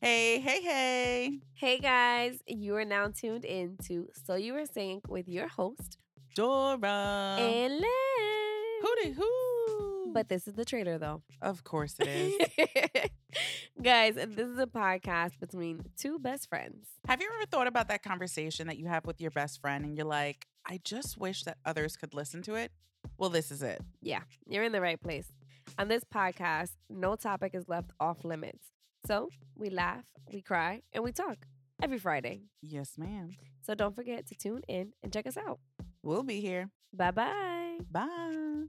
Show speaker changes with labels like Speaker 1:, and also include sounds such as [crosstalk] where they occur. Speaker 1: Hey, hey, hey.
Speaker 2: Hey guys, you are now tuned in to So You Were Saying with your host,
Speaker 1: Dora.
Speaker 2: Ellen.
Speaker 1: Hooty hoo.
Speaker 2: But this is the trailer though.
Speaker 1: of course it is.
Speaker 2: [laughs] guys, this is a podcast between two best friends.
Speaker 1: have you ever thought about that conversation that you have with your best friend and you're like, I just wish that others could listen to it? Well, this is it.
Speaker 2: Yeah, you're in the right place. On this podcast, no topic is left off limits. So we laugh, we cry, and we talk every Friday.
Speaker 1: Yes, ma'am.
Speaker 2: So don't forget to tune in and check us out.
Speaker 1: We'll be here.
Speaker 2: Bye bye.
Speaker 1: Bye.